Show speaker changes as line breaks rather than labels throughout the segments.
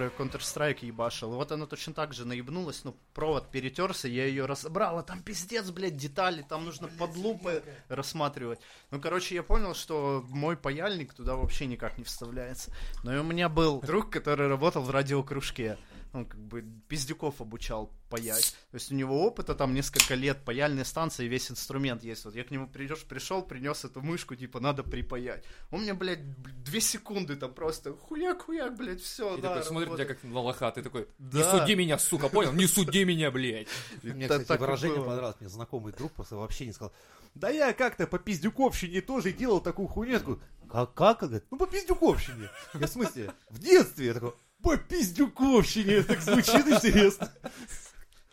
Counter-Strike ебашил. И вот она точно так же наебнулась, ну, провод перетерся, я ее разобрал, а там пиздец, блядь, детали, там нужно под лупы рассматривать. Ну, короче, я понял, что мой паяльник туда вообще никак не вставляется. Но и у меня был друг, который работал в радиокружке. Он как бы пиздюков обучал паять. То есть у него опыта там несколько лет, паяльные станции, весь инструмент есть. Вот я к нему придешь, пришел, принес эту мышку, типа, надо припаять. Он мне, блядь, две секунды там просто хуяк-хуяк, блядь, все,
И
да,
такой смотрит на тебя
работает.
как на лоха, ты такой, не
Да.
суди меня, сука, понял? Не суди меня, блядь.
Да,
Мне, кстати,
так и
выражение
было.
понравилось. Мне знакомый друг просто вообще не сказал. Да я как-то по пиздюковщине тоже делал такую хуйню. Я такой, как, как? Он говорит, ну по пиздюковщине. Я в смысле? В детстве. Я такой, по пиздюковщине. Так звучит интересно.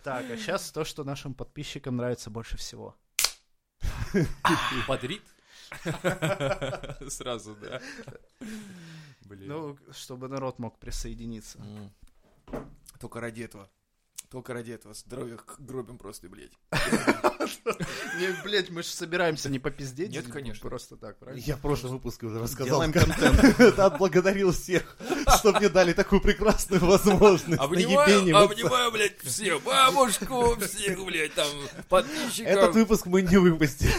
Так, а сейчас то, что нашим подписчикам нравится больше всего.
И Бодрит. Сразу, да. Блин.
Ну, чтобы народ мог присоединиться.
М.
Только ради этого. Только ради этого. Здоровье к- гробим просто, блядь.
Не, блядь, мы же собираемся не попиздеть.
Нет,
здесь,
конечно. Ну,
Просто так, правильно?
Я в прошлом выпуске уже рассказал.
Делаем
как
контент.
это Отблагодарил всех, что мне дали такую прекрасную возможность.
Обнимаю,
наебениваться.
обнимаю, блядь, всех, бабушку, всех, блядь, там,
Этот
подписчиков.
выпуск мы не выпустим,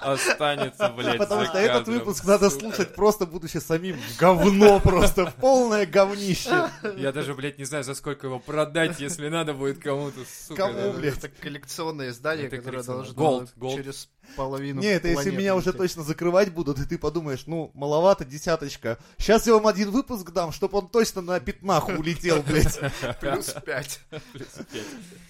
Останется, блядь,
потому
за
что этот
кадром,
выпуск надо
сука.
слушать просто будучи самим в говно просто, в полное говнище.
Я даже, блядь, не знаю, за сколько его продать, если надо будет кому-то, сука. да.
Кому, блядь?
Это коллекционное издание,
Это
которое
коллекционное.
должно
Gold, gold.
через половину
Не, это если
планеты
меня уже
лететь.
точно закрывать будут, и ты подумаешь, ну, маловато, десяточка. Сейчас я вам один выпуск дам, чтобы он точно на пятнаху улетел, блядь.
Плюс пять.
Плюс пять.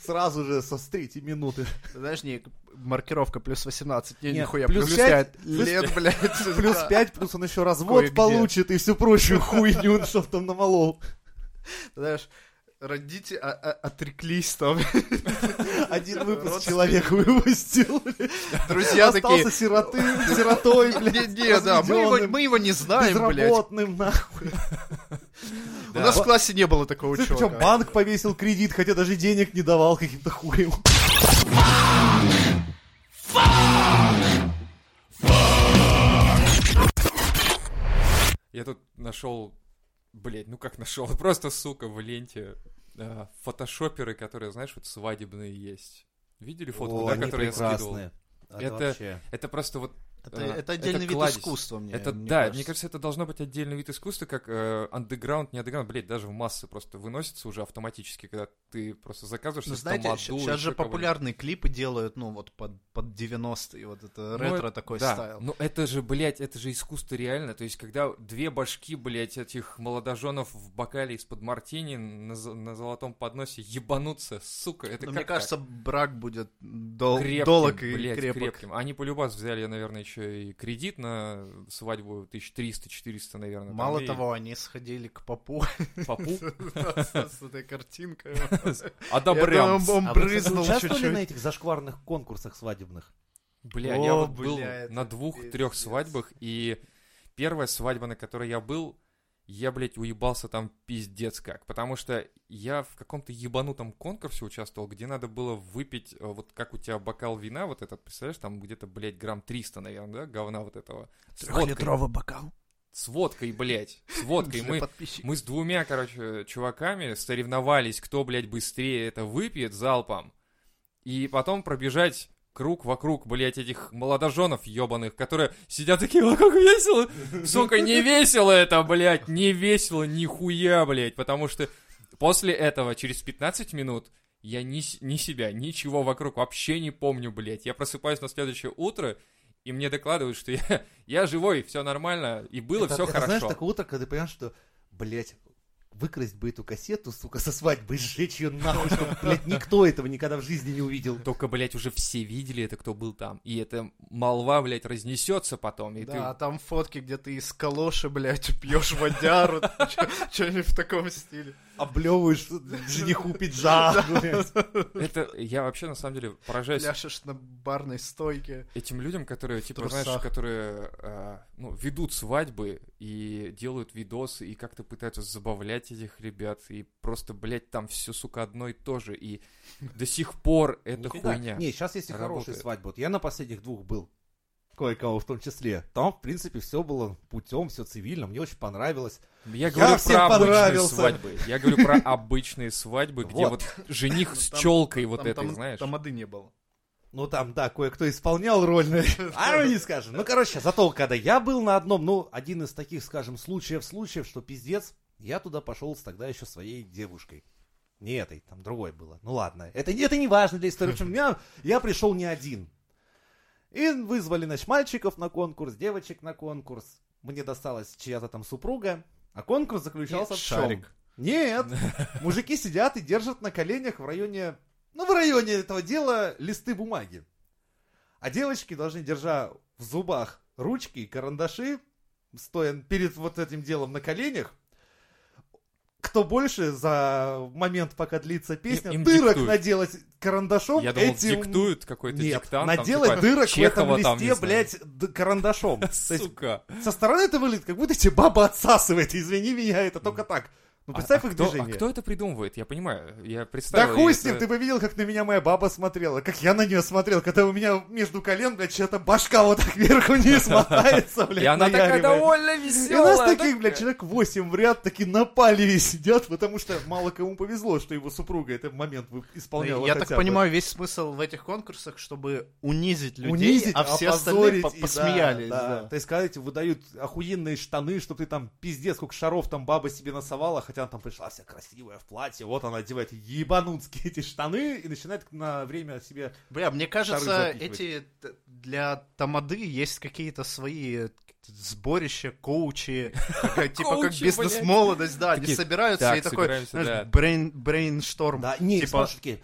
Сразу же со с третьей минуты.
Знаешь, не маркировка плюс 18. Не,
Нет,
нихуя,
плюс
плюс
пять,
5
плюс
лет, блядь.
Плюс
Да.
пять, плюс он еще развод
Кое-где.
получит и всю прочую хуйню, он что там намолол.
Знаешь, родители а- а- отреклись там.
Один выпуск
Родственники.
человек выпустил. блядь.
Друзья такие...
Остался сироты, сиротой,
Не,
блядь.
не, да, мы его,
разведённым,
мы его не знаем, блядь.
безработным, нахуй.
У нас в классе не было такого
Слушай, Причем
чувака.
банк повесил кредит, хотя даже денег не давал каким-то хуем.
Я тут нашел, блядь, ну как нашел, просто, сука, в ленте э, фотошоперы, которые, знаешь, вот свадебные есть. Видели фотку,
О,
да,
они
которые я скидывал?
прекрасные. А
Это-
вообще-
Это просто вот...
Это,
э,
это отдельный вид
кладезь.
искусства, мне
это,
мне
да, мне кажется, это должно быть отдельный вид искусства, как э, андеграунд, не андеграунд, блядь, даже в массы просто выносится уже автоматически, когда ты просто заказываешь
Ну,
себе
знаете,
Тамаду и
сейчас же
еще кого-нибудь.
популярные клипы делают, ну, вот под, под 90-е, вот это
Ну,
ретро
это-
такой
да,
стайл.
но это же, блядь, это же искусство реально. То есть, когда две башки, блядь, этих молодоженов в бокале из-под мартини на, з- на золотом подносе ебанутся, сука,
Но
это как
Ну, мне кажется, брак будет
так?
дол-
Крепким,
долг и
блядь,
крепок.
крепким. Они по взяли, наверное, еще и кредит на свадьбу 1300-400, наверное. там,
Мало
и
того, они сходили к попу
Попу
с этой картинкой. Я
одобрям.
думаю, Он
А вы, кстати,
брызнул
участвовали на
чуть-чуть.
этих зашкварных конкурсах свадебных?
Бля,
О,
я вот был
бля, это
на двух-трех
пиздец.
свадьбах, и первая свадьба, на которой я был, я, блядь, уебался там пиздец как. Потому что я в каком-то ебанутом конкурсе участвовал, где надо было выпить, э, вот как у тебя бокал вина вот этот, представляешь, там где-то, блядь, грамм 300, наверное, да, говна вот этого. С водкой,
Трехлитровый бокал.
с водкой, блядь, с водкой.
Для
Мы
подписчиков.
мы с двумя, короче, чуваками соревновались, кто, блядь, быстрее это выпьет залпом. И потом пробежать круг вокруг, блядь, этих молодоженов ебаных, которые сидят такие, «А, как весело! Сука, не весело это, блядь, не весело нихуя, блядь, потому что после этого, через 15 минут, я ни, с- ни себя, ничего вокруг вообще не помню, блядь. Я просыпаюсь на следующее утро, и мне докладывают, что я, я живой, все нормально, и было
Это-
все
это,
хорошо.
знаешь, такое утро, когда ты понимаешь, что, блядь, выкрасть бы эту кассету, сука, со свадьбы, и сжечь ее нахуй, чтобы, блядь, никто этого никогда в жизни не увидел.
Только, блядь, уже все видели это, кто был там. И эта молва, блядь, разнесется потом. И
Да, а
ты...
там фотки, где ты из калоши, блядь, пьешь водяру, что-нибудь в таком стиле.
Облевываешь жениху пиджак, блядь.
Это... Я вообще, на самом деле, поражаюсь
Пляшешь на барной стойке.
этим людям, которые, типа,
трусах.
знаешь, которые э, ну, ведут свадьбы и делают видосы, и как-то пытаются забавлять этих ребят. И просто, блядь, там все, сука, одно и то же. И до сих пор это
Нифига.
хуйня.
Не, сейчас есть и хорошие
Работает.
свадьбы. Вот я на последних двух был. кое-кого в том числе. Там, в принципе, все было путем, все цивильно, мне очень понравилось.
Я говорю
всем
про обычные
понравился.
свадьбы. Я говорю про обычные свадьбы, где
Вот.
вот жених с
Ну, Там-
челкой вот
там,
этой,
там-
знаешь.
Там воды не было.
Ну, там, да, кое-кто исполнял роль, но- а мы не скажем. Ну, короче, зато, когда я был на одном, ну, один из таких, скажем, случаев-случаев, что пиздец, я туда пошел с тогда еще своей девушкой. Не этой, там другой было. Ну ладно, это, не- это не важно для истории. В общем, я, я пришел не один. И вызвали, значит, мальчиков на конкурс, девочек на конкурс. Мне досталась чья-то там супруга. А конкурс заключался в чем?
Шарик.
Нет, мужики сидят и держат на коленях в районе, ну, в районе этого дела листы бумаги. А девочки должны, держа в зубах ручки и карандаши, стоя перед вот этим делом на коленях, кто больше за момент, пока длится песня,
Им- им
дырок
диктуют.
наделать карандашом
Я думал,
Ну, этим...
диктуют какой-то
Нет,
диктант. там,
наделать
типа,
дырок в
Чехова
этом
там, не
листе,
знаю.
блядь, д- карандашом. То есть
Сука.
со стороны это выглядит, как будто тебе баба отсасывает, извини меня, это только так. Ну,
А-
представь
а
их
кто, а
движение.
кто это придумывает? Я понимаю. Я
Да
представил. э,
хуй
и
с ним,
это-
ты бы видел, как на меня моя баба смотрела, как я на нее смотрел, когда у меня между колен, блядь, чья-то башка вот так вверх вниз мотается, блядь,
И она такая
наяривает.
довольно
И
веселая.
у нас таких, блядь, человек 8 в ряд, такие на палеве сидят, потому что мало кому повезло, что его супруга этот момент вы- исполняла
Я
хотя
так
бы.
понимаю, весь смысл в этих конкурсах, чтобы унизить людей,
Унизить,
а все остальные
опозорить
по-
и да,
посмеялись.
да.
да.
То есть, когда тебе выдают охуенные штаны, чтобы ты там пиздец, сколько шаров там баба себе насовала, хотя она там пришла вся красивая в платье, вот она одевает ебанутские эти штаны и начинает на время себе
Бля, мне кажется,
запихивать.
эти т- для тамады есть какие-то свои э, сборища, коучи, как- типа как
Коучи,
бизнес-молодость, да, они
Такие,
собираются
«Так,
и такой,
собираемся, да».
знаешь, брейн- брейншторм.
Да, не,
Типа,
спрашивают такие,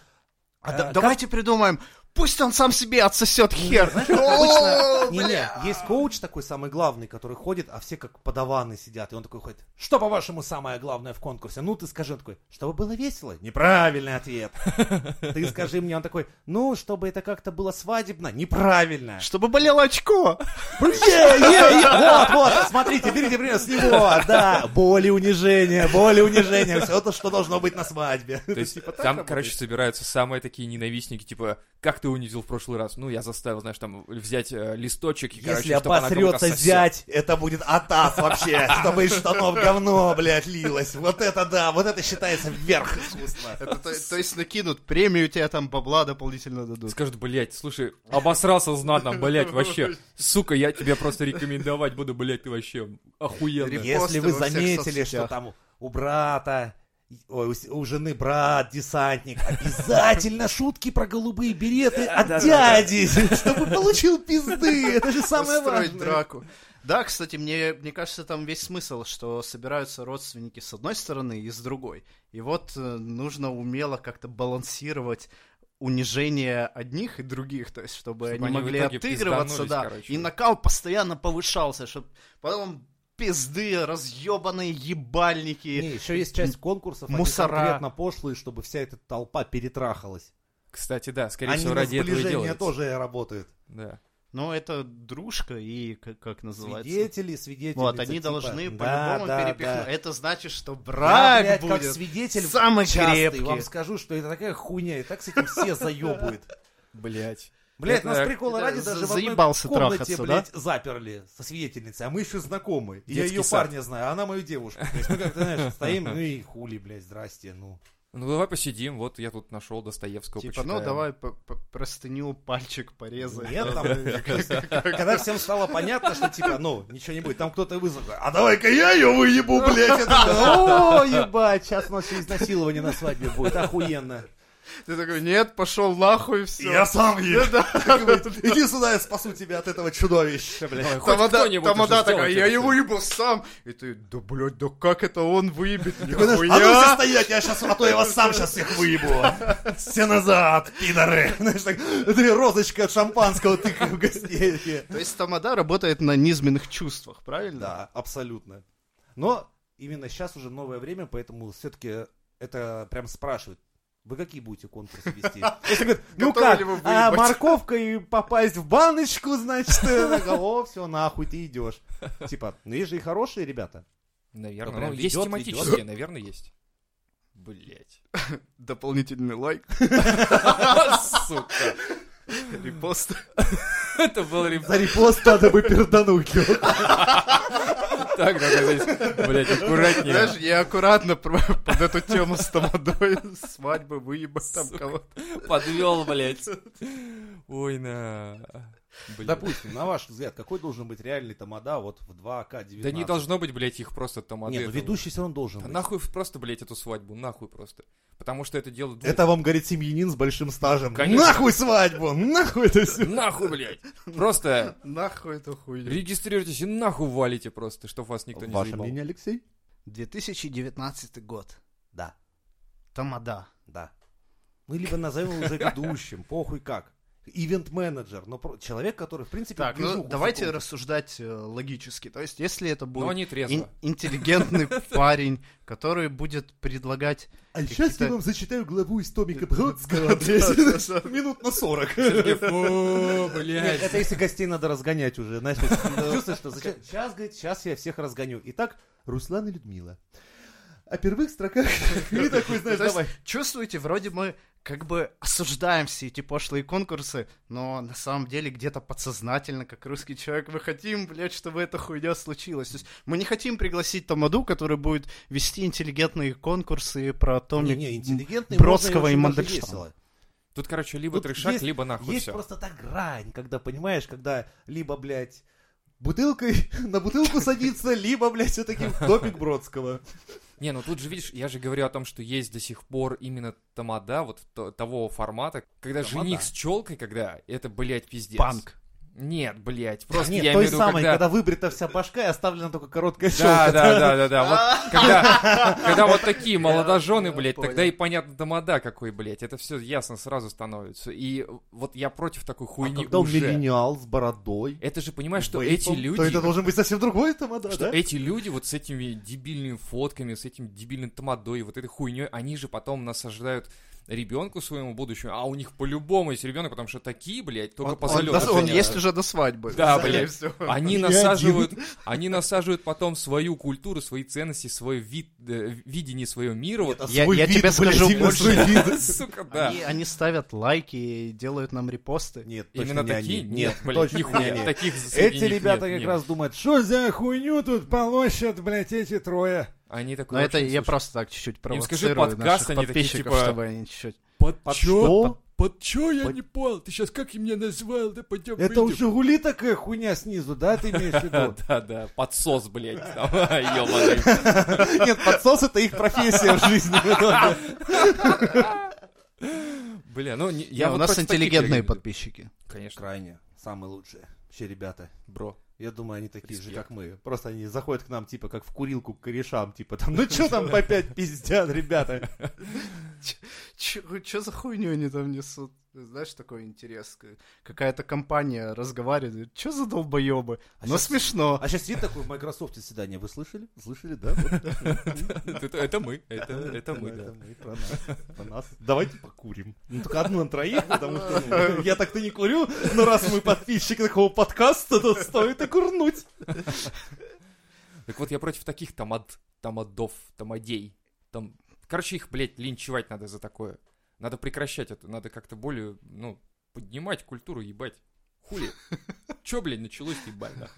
А
э,
да-
как-
давайте придумаем, пусть он сам себе отсосет хер.
Обычно, не-не, есть коуч такой самый главный, который ходит, а все как подаваны сидят, и он такой ходит, что, по-вашему, самое главное в конкурсе? Ну, ты скажи, он такой, чтобы было весело? Неправильный ответ. Ты скажи мне, он такой, ну, чтобы это как-то было свадебно? Неправильно.
Чтобы болело очко.
Е, е, е, Вот, вот, смотрите, берите пример с него, да, боли, унижение, боли, унижение, все то, что должно быть на свадьбе.
То есть
Типа так
там,
работает?
короче, собираются самые такие ненавистники, типа, как ты унизил в прошлый раз? Ну, я заставил, знаешь, там взять э, листочек, и,
Если
короче, чтоб она кого-то
обосрется
сосёт».
зять, это будет атас вообще, чтобы из штанов говно, блядь, лилось. Вот это да, вот это считается верх искусства.
Это То то есть накинут премию, тебе там бабла дополнительно дадут.
Скажут, блядь, слушай, обосрался знатно, блядь, вообще. Сука, я тебя просто рекомендовать буду, блядь, ты вообще охуенно.
Реп-
Если вы
во всех
заметили, что
соцсетях.
там у брата, ой, у, с- у жены брат, десантник, обязательно шутки про голубые береты от дяди, чтобы получил пизды. Это же самое
устроить
важное.
драку. Да, кстати, мне, мне кажется, там весь смысл, что собираются родственники с одной стороны и с другой. И вот э, нужно умело как-то балансировать унижение одних и других, то есть чтобы,
Чтобы
они,
они в
могли
итоге
отыгрываться,
пизданулись,
да,
короче.
и накал постоянно повышался, чтобы потом пизды, разъебанные ебальники.
Не, еще есть часть конкурсов, они
Мусора.
конкретно пошлые, чтобы вся эта толпа перетрахалась.
Кстати, да, скорее
Они
всего,
на
ради этого и
сближение
делается.
тоже работают.
Да.
Но это дружка и как, как называется?
Свидетели, свидетели. типа.
Вот, они должны по-любому перепихнуть. Это значит, что
Брак
брак
блядь,
будет.
как свидетель
самый
частый,
крепкий.
вам скажу, что это такая хуйня, и так с этим все заебывают.
Блядь.
Блять, нас
Это-
прикола
это
ради
за-
даже в одной
заебался
комнате,
трахаться,
блядь, заперли со свидетельницей, а мы еще знакомы. И я
Детский
ее
сад.
парня знаю, а она мою девушку. То есть мы как-то, знаешь, стоим, ну и хули, блядь, здрасте, ну.
Ну давай посидим, вот я тут нашел Достоевского,
Типа,
почитаем.
ну давай по- по- простыню пальчик порезай.
Нет, там, э, когда всем стало понятно, что типа, ну, ничего не будет, там кто-то вызвал, а давай-ка я ее выебу, блядь. Я такой, О, ебать, сейчас у нас еще изнасилование на свадьбе будет, охуенно.
Ты такой, нет, пошел нахуй, все.
Я сам ебу.
да.
Иди сюда, я спасу тебя от этого чудовища, блядь.
Давай, хоть кто-нибудь уже
Тамада такая,
сделайте
я
это
его
всё».
ебу сам. И ты, да, блядь, да как это он выебет?
Такой, знаешь, А ну все
Нихуя.
стоять, я сейчас, а то я вас сам сейчас всех выебу. Все назад, пидоры. Знаешь, так, ты розочка от шампанского тыкай в гостей.
То есть Тамада работает на низменных чувствах, правильно?
Да, абсолютно. Но именно сейчас уже новое время, поэтому все-таки это прям спрашивают. Вы какие будете конкурсы вести? Если говорят, ну
Готовы
как,
ли вы
а
выебать?»
морковка и попасть в баночку, значит, э, такая, о, все, нахуй, ты идешь. Типа, ну есть же и хорошие ребята.
Наверное,
Ну, прям
ну, есть
ведёт,
тематические, наверное, есть. Блять.
Дополнительный лайк,
А, Сука.
репост.
Это был репост.
За репост надо бы пердануть.
Так, надо здесь, блядь, аккуратнее.
Знаешь, я аккуратно про- под эту тему с тамадой, свадьбы, выебать там кого-то.
Подвел, блядь. Ой, на... Блин.
А, Допустим, на ваш взгляд, какой должен быть реальный тамада вот в 2К19?
Да не должно быть, блядь, их просто там от
Не, ну
этого.
ведущий все равно должен
Да
быть.
нахуй просто, блядь, эту свадьбу, нахуй просто. Потому что это дело... двух.
Это вам говорит семьянин с большим стажем.
Конечно.
Нахуй свадьбу! Нахуй это все!
Нахуй, блядь. Просто
Нахуй эту хуйню.
регистрируйтесь и нахуй валите просто, чтоб вас никто не
Ваше
заебал.
мнение, Алексей?
2019 год.
Да,
Тамада.
да. Мы либо назовем его уже ведущим, похуй как. Ивент-менеджер, но про- человек, который, в принципе,
Так, ну
движуху
давайте
закрутит.
рассуждать э, логически. То есть, если это
Но
будет
они
ин-
трезво.
интеллигентный парень, который будет предлагать...
А сейчас я
какие-то-
вам зачитаю главу из Томика Бродского. блядь.
Да-да-да.
Минут на сорок.
О,
Нет, это
блядь.
если гостей надо разгонять уже, знаешь, вот чувствуешь, что сейчас, говорит, сейчас я всех разгоню. Итак, Руслан и Людмила. О первых строках и такой, знаешь,
То есть,
давай.
Чувствуете, вроде мы как бы осуждаем все эти пошлые конкурсы, но на самом деле где-то подсознательно, как русский человек, мы хотим, блядь, чтобы эта хуйня случилась. То есть мы не хотим пригласить Тамаду, который будет вести интеллигентные конкурсы про Томик.
Не-не, интеллигентный,
Бродского
можно
и
очень даже
Мандельштама.
весело.
Тут, короче, либо
Тут
трешак,
есть-
либо нахуй
Есть
все.
просто та грань, когда, понимаешь, когда либо, блядь, бутылкой на бутылку садиться, либо, блядь, все-таки в топик Бродского.
Не, ну тут же, видишь, я же говорю о том, что есть до сих пор именно тамада вот то- того формата, когда
Тамада?
жених с челкой, когда это, блядь, пиздец.
Панк.
Нет, блядь, просто
Нет,
я
той
имею в виду,
самой,
когда...
когда выбрита вся башка и оставлена только короткая
Да,
щелка.
да, да, да, да. Вот когда, когда вот такие молодожены,
я
блядь,
понял.
тогда и понятно тамада какой, блядь. Это все ясно сразу становится. И вот я против такой
А
хуйни
когда он
уже.
миллениал с бородой,
Это же, понимаешь, что
вейпом,
эти люди...
То это должен быть совсем другой тамада,
Что э,
да?
эти люди вот с этими дебильными фотками, с этим дебильным тамадой, вот этой хуйней, они же потом насаждают ребенку своему будущему, а у них по-любому есть ребенок, потому что такие, блядь, только
Он-
по
Он,
залету
дос- он
женятся.
есть уже до свадьбы.
Да,
скорее
блядь.
всего.
Они
Меня
насаживают, они насаживают потом свою культуру, свои ценности, свой вид, э, видение своего мира.
А
Вот,
Я- я тебе скажу больше.
сука, да.
Они, они ставят лайки и делают нам репосты.
Нет,
Именно такие?
Нет,
блядь,
точно
нихуя,
не они.
таких среди
Эти
них
ребята
нет,
как
нет.
раз думают, что за хуйню тут полощат, блядь, эти трое.
Они такой
Но Ну, это
вообще,
я
слушай,
просто так чуть-чуть
Им скажи
провоцирую
подкаст,
наших
они такие,
подписчиков,
типа,
чтобы они чуть-чуть... Ну,
Под
Под
чё?
что?
Под- Под чё? Я
Под-
не понял. Ты сейчас как и меня назвал? Да пойдем
Это у Жигули такая хуйня снизу, да, ты имеешь в виду?
Да-да, подсос, блядь. Ёбаный.
Нет, подсос это их профессия в жизни.
Бля, ну не- я
Я
вот
у нас
против таких
интеллигентные
людей.
подписчики.
Конечно,
Крайне, самые лучшие. Вообще, ребята,
бро.
я думаю, они такие же,
Респект.
как мы. Просто они заходят к нам, типа, как в курилку к корешам, типа, там, ну что там по пять пиздят, ребята?
Че за хуйню они там несут? Знаешь, такой интерес. к- Какая-то компания разговаривает. Че за долбоебы?
А
Ну,
Но
щас-
смешно.
А сейчас сидит такой в Microsoft свидание. Вы слышали? Слышали, да?
Это это мы, это это мы, да.
Это мы, про нас, про нас. Давайте покурим. Ну, только одну на троих, потому что ну, я так-то не курю, но раз мы подписчик такого подкаста, то стоит и курнуть.
Так вот, я против таких тамад, тамадов, тамадей. Там, короче, их, блядь, линчевать надо за такое. Надо прекращать это, надо как-то более, ну, поднимать культуру, ебать. Хули. Чё, блядь, началось, ебать, да?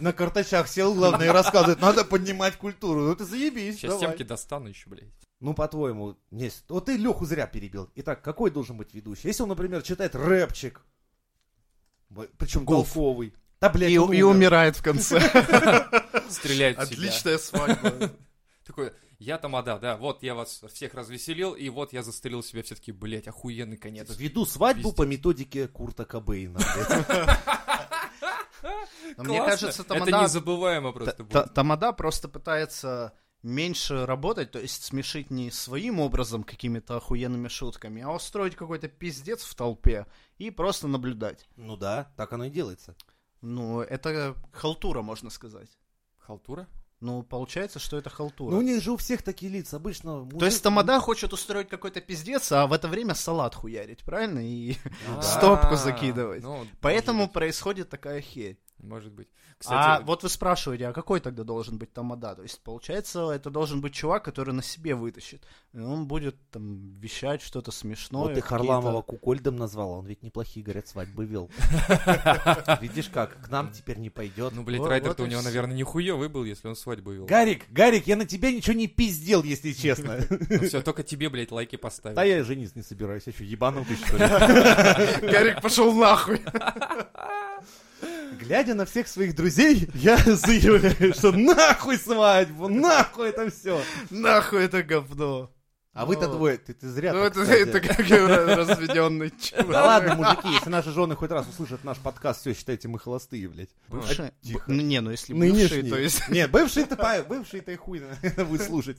На карточах сел, главное, и рассказывает, надо поднимать культуру. Ну ты заебись,
Сейчас
давай.
темки достану еще, блядь.
Ну, по-твоему, нет. Вот ты Леху зря перебил. Итак, какой должен быть ведущий? Если он, например, читает рэпчик, причем
Гуф.
толковый. Да, блядь,
И, и
он умер.
умирает в конце.
Стреляют в себя.
Отличная свадьба.
Такой, я тамада, да, вот я вас всех развеселил, и вот я застрелил себя все-таки, блядь, охуенный конец.
Веду свадьбу
Пиздец.
по методике Курта Кобейна.
Но Мне
Классно.
кажется,
Это
Тамада
незабываемо просто
Та-
будет.
Тамада просто пытается меньше работать, то есть смешить не своим образом какими-то охуенными шутками, а устроить какой-то пиздец в толпе и просто наблюдать.
Ну да, так оно и делается.
Ну, это халтура, можно сказать.
Халтура?
Ну, получается, что это халтура.
Ну у них же у всех такие лица, обычно...
то
мужик-
есть Тамада хочет устроить какой-то пиздец, а в это время салат хуярить, правильно? И
Ну да.
Стопку
А,
закидывать.
ну,
поэтому
может быть.
происходит такая херь.
Может быть.
а
Кстати,
вот вы спрашиваете, а какой тогда должен быть тамада? То есть, получается, это должен быть чувак, который на себе вытащит. И он будет там вещать что-то смешное.
вот Ну, ты
Ну, какие-то-
Харламова Кукольдом назвал, он ведь неплохие, говорят, свадьбы вел. Видишь как, к нам теперь не пойдет.
ну, блядь,
вот-
Райдер-то
вот
у
и
него,
всё.
наверное, нихуевый был, если он свадьбу вел.
Гарик, Гарик, я на тебя ничего не пиздел, если честно.
Все, Ну, только тебе, блядь, лайки поставил.
Да я и жениться не собираюсь, я что, ебанул ты что ли?
Гарик пошел нахуй.
Глядя на всех своих друзей, я заявляю, что нахуй свадьбу, нахуй это все.
Нахуй это говно.
А вы-то
Ну,
двое, ты, ты зря.
Ну,
так,
это,
кстати.
это как разведенный чувак.
Да ладно, мужики, если наши жены хоть раз услышат наш подкаст, все, считайте, мы холостые, блядь.
Бывшие?
А, тихо.
Ну, не, ну если бывшие,
Нынешние.
то есть...
Нет, бывшие-то па- бывшие-то и хуй наверное, вы слушать.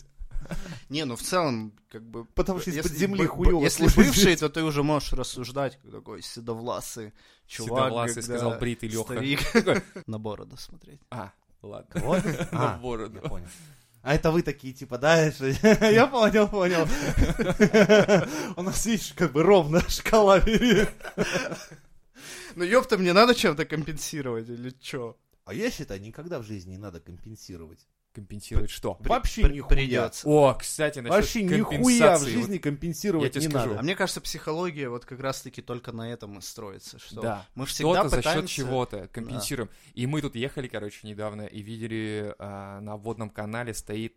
Не, ну в целом, как бы...
Потому что из-под
если
земли
бы-
хуёво
Если
слушать.
бывшие, то ты уже можешь рассуждать, как такой седовласый чувак.
Седовласый,
когда
сказал бритый Лёха.
Старик. На бороду смотреть.
А, ладно.
Вот.
На
А,
бороду.
я понял. А это вы такие, типа, дальше. Я понял, понял. У нас, видишь, как бы ровно шкала.
Ну ёпта, мне надо чем-то компенсировать или чё?
А я считаю, никогда в жизни не надо компенсировать.
Компенсировать что?
Вообще
При-
нихуя.
Придется.
О, кстати, насчет
Вообще нихуя в
компенсации.
жизни
я
компенсировать
тебе
не
скажу.
А
надо.
мне кажется, психология вот как раз-таки только на этом и строится, что
Да.
мы ж всегда
Что-то за
пытаемся...
счет чего-то компенсируем. И мы тут ехали, короче, недавно и видели а, на водном канале стоит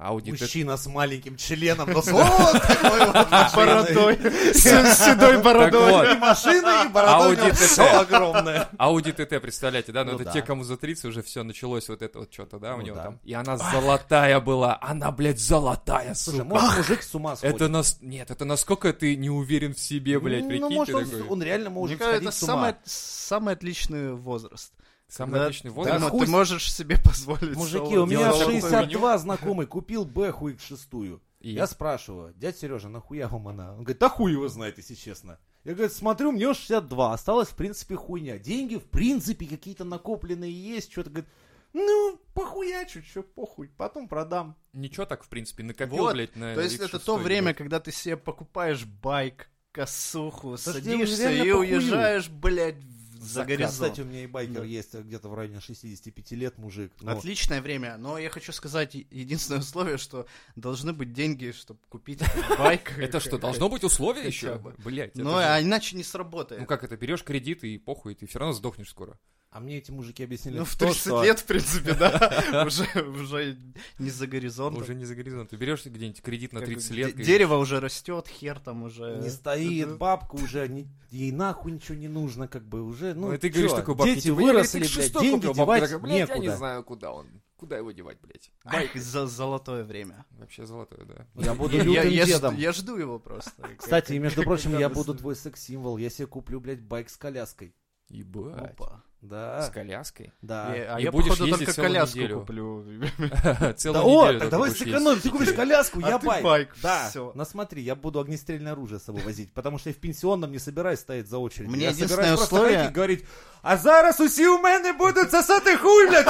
аудитор.
Мужчина с маленьким членом, но с вот такой вот
Бородой,
машиной.
с с седой бородой.
вот.
И машина, и борода у него
Audi
всё
TT.
огромная.
Ауди ТТ, представляете, да? Но
Ну
это
да.
те, кому за 30 уже все началось вот это вот что-то, да, у
Ну
него
да.
там. И она золотая была. Она, блядь, золотая,
Слушай,
сука.
может, мужик с ума сходит.
Это нас... Нет, это насколько ты не уверен в себе, блядь, прикинь,
Ну,
ты
может, он,
такой.
он реально
Мне
может
кажется,
сходить
это
с ума.
самый, самый отличный возраст.
Самый
Когда
обычный
ты
возраст.
мо-
хуй
ну, Ты
с-
можешь себе позволить.
Мужики,
целую
у меня
дело.
дело.
62 знакомый купил Бэху X6.
И-
Я спрашиваю, дядя Сережа, нахуя вам она? Он говорит, да хуй его знает, если честно. Я говорю, смотрю, мне 62, осталось в принципе хуйня. Деньги в принципе какие-то накопленные есть, что-то говорит, ну, похуячу, что похуй, потом продам.
Ничего так, в принципе, накопил,
Вот,
блядь, на
То есть это
X6,
то время,
блядь.
когда ты себе покупаешь байк, косуху,
ж я
садишься
реально
и
похую.
уезжаешь, блядь, в- за горизонт.
Кстати, у меня и байкер
Да.
есть, где-то в районе 65 лет мужик. но-
Отличное время, но я хочу сказать, е- единственное условие, что должны быть деньги, чтобы купить этот байк.
Это что, должно быть условие
Хотя
еще?
бы.
Блять,
Ну, а иначе не сработает.
Ну как это, берешь кредит и похуй, ты все равно сдохнешь скоро.
А мне эти мужики объяснили,
Ну, в
то,
30
что-
лет, в принципе, да, уже, уже не за горизонтом.
Уже не за горизонт. Ты берешь где-нибудь кредит на
Как бы
30
де-
лет. и-
Дерево уже растет, хер там уже.
Э,
Не стоит,
Это-
бабка уже, не- ей нахуй ничего не нужно, как бы уже. Ну,
Ну, и ты говоришь
чё,
такой бабке,
дети
типа, я
выросли,
«Электик
блядь,
шесток
деньги
купил». Бабка
девать
такая, «Блядь, я не
некуда.
знаю, куда он. Куда его девать, блядь?
Ай, за- золотое время.
Вообще золотое, да.
Ну, Я буду
Я- я-
лютым
я
дедом.
жду- я жду его просто.
Кстати, и, между прочим,
когда
я буду
вы-
твой секс-символ. Я себе куплю, блядь, байк с коляской.
Ебать.
Опа.
С
Да,
коляской?
да.
Э, А
И
я,
будешь
походу,
ездить
только
целую
коляску
неделю.
куплю.
Да
Целую
о,
неделю
так
только
давай
будешь
сэкономим, ты
ездить.
купишь коляску,
А
Ну, я
ты
байк.
байк,
Да,
всё.
но смотри, я буду огнестрельное оружие с собой возить, потому что я в пенсионном не собираюсь стоять за очередь.
Мне
я
единственное
собираюсь просто
условие-
ходить и говорить, а зараз усі у мене будут сосати хуй, блядь,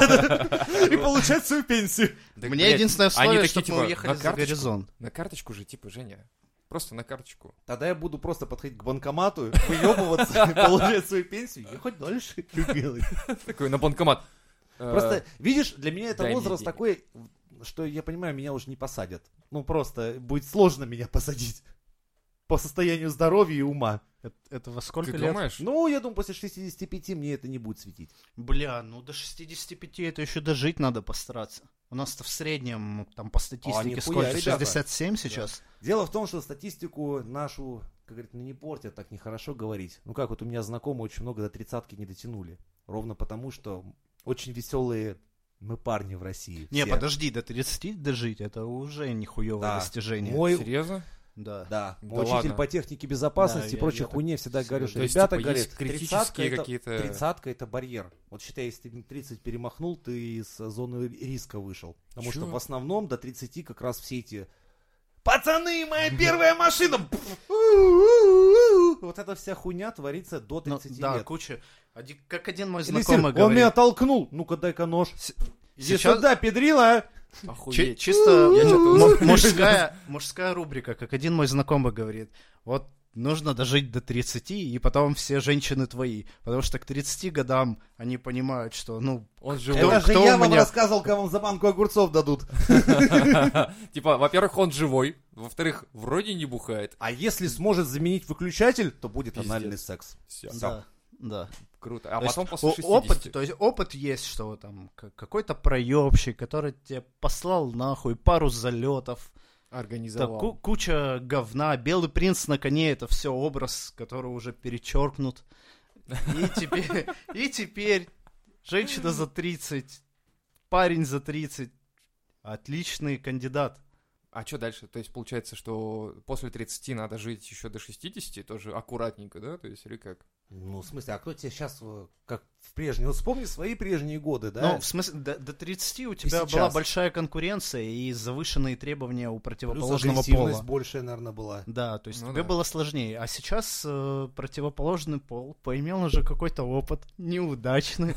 да-да-да-да-да-да». и получать свою пенсию.
Да,
Мне
блядь,
единственное
они
условие,
такие,
чтобы
типа,
мы уехали
на
за
карточку?
горизонт.
На карточку же, типа, Женя. Просто на карточку.
Тогда я буду просто подходить к банкомату, выебываться, получать свою пенсию, и хоть дальше чё делать.
Такой на банкомат. Э,
Просто, видишь, для меня это
дай мне
возраст
денег.
такой, что я понимаю, меня уже не посадят. Ну просто будет сложно меня посадить. По состоянию здоровья и ума.
Это- Это во сколько
Ты
лет?
думаешь?
Ну, я думаю, после 65 мне это не будет светить.
Бля, ну до 65 это еще дожить надо постараться. У нас-то в среднем, там по статистике,
нихуя,
сколько?
ребята.
67 сейчас?
Дело в том, что статистику нашу, как говорят, ну, не портят, так нехорошо говорить. Ну как, вот у меня знакомые очень много до тридцатки не дотянули. Ровно потому, что очень веселые мы парни в России.
Не,
все.
подожди, до 30 дожить, это уже нихуевое
Да.
достижение.
Мой
Серьезно?
Да.
Да,
Да
мой учитель
ладно.
по технике безопасности
Да,
и
я-
прочей
я так
хуйне всегда говорю, что
То есть,
ребята,
типа,
говорят,
есть критические
«Тридцатка это-
какие-то-
Тридцатка это барьер. Вот считай, если ты 30 перемахнул, ты из э, зоны риска вышел.
Чё?
Потому что в основном до 30 как раз все эти Пацаны, моя первая машина! Пф, у-у-у-у. Вот эта вся хуйня творится до
Ну,
30
да,
лет.
куча. Оди- Как один мой
Или
знакомый
Сир, он меня
говорит.
толкнул. Ну-ка дай-ка нож. Иди
Сейчас-
сюда, педрила! а?
Чи-
Охуеть.
чисто
Я чё-то
м-
услышал.
мужская, мужская рубрика, как один мой знакомый говорит. Вот нужно дожить до 30, и потом все женщины твои. Потому что к 30 годам они понимают, что, ну,
Он
Кто-
живой.
Это же
кто
я
у
вам
меня?
рассказывал, кому за банку огурцов дадут.
Типа, во-первых, он живой. Во-вторых, вроде не бухает.
А если сможет заменить выключатель, то будет
Пиздец.
анальный секс.
Все,
да, да.
круто. А
То есть
потом после
о-
60.
опыт, то есть опыт есть, что там к- какой-то проебщик, который тебе послал нахуй пару залетов, та
Организовал.
ку- куча говна, белый принц на коне, это все образ, который уже перечеркнут. И теперь, и теперь женщина за 30, парень за 30, отличный кандидат.
А что дальше? То есть получается, что после 30 надо жить еще до 60, тоже аккуратненько, да? То есть или как?
Ну, в смысле, а кто тебе сейчас, как в прежние, ну, вспомни свои прежние годы, да?
Ну, в смысле, до, до 30 у тебя была
сейчас.
большая конкуренция и завышенные требования у
Плюс
противоположного
агрессивность
пола.
большая, наверное, была.
Да, то есть
Ну
тебе
да.
было сложнее. А сейчас э, противоположный пол поимел уже какой-то опыт, неудачный.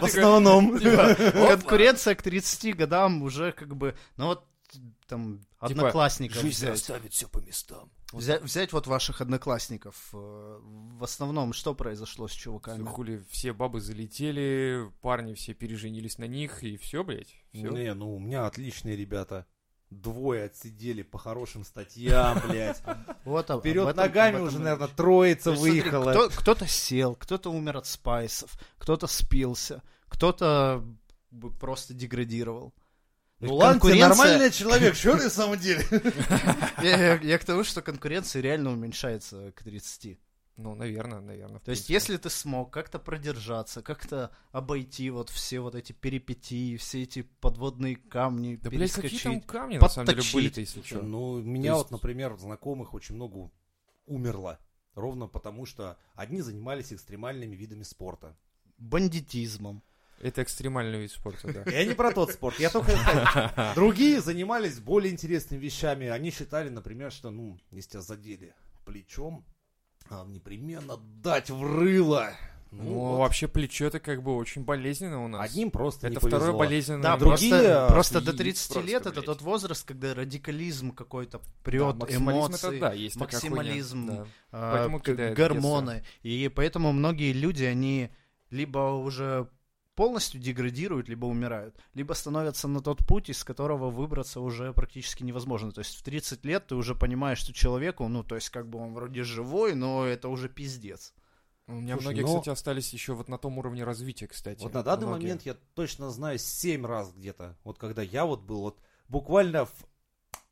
В основном.
типа,
Конкуренция к 30 годам уже как бы, ну вот там одноклассников взять.
заставит все по местам.
Взя- Взять вот ваших одноклассников. э, В основном что произошло с чуваками?
Хули, все бабы залетели, парни все переженились на них, и все, блядь, все.
Не, ну, у меня отличные ребята. Двое отсидели по хорошим статьям, блядь.
Вот об- об
Вперед
этом-
ногами
об этом
уже,
и
наверное,
речь.
троица
То есть, смотри,
выехала.
кто- кто-то сел, кто-то умер от спайсов, кто-то спился, кто-то б- просто деградировал. То
Ну
есть
ладно, ты
конкуренция-
нормальный человек, что ты в самом деле?
Я, я- я к тому, что конкуренция реально уменьшается к 30.
Ну, наверное, наверное.
То есть, если ты смог как-то продержаться, как-то обойти вот все вот эти перипетии, все эти подводные камни,
Да, блядь, какие
перескочить.
там камни, на самом деле,
подточить.
были-то, если
Слушай,
что.
Ну, у меня
То
вот,
есть-
например, знакомых очень много умерло. Ровно потому, что одни занимались экстремальными видами спорта.
Бандитизмом.
Это экстремальный вид спорта, да.
Я не про тот спорт, я только... это. Другие занимались более интересными вещами. Они считали, например, что, ну, если тебя задели плечом, а, непременно дать в рыло. Ну,
Ну,
вот.
вообще плечо это как бы очень болезненно у нас.
Одним просто не
это второе
повезло.
болезненное.
Да,
ну, просто- другие,
просто, просто до
другие
30
просто,
лет это
блядь.
тот возраст, когда радикализм какой-то
Да,
прет,
максимализм это
эмоции.
да, есть такая хуйня,
максимализм,
да.
а,
Поэтому
к-
кидает
гормоны. И поэтому многие люди, они либо уже полностью деградируют, либо умирают, либо становятся на тот путь, из которого выбраться уже практически невозможно. То есть в 30 лет ты уже понимаешь, что человеку, ну, то есть как бы он вроде живой, но это уже пиздец.
У меня
Слушай,
многие,
но-
кстати, остались еще вот на том уровне развития, кстати.
Вот на данный
Многие.
момент я точно знаю семь раз где-то. Вот когда я вот был, вот буквально в,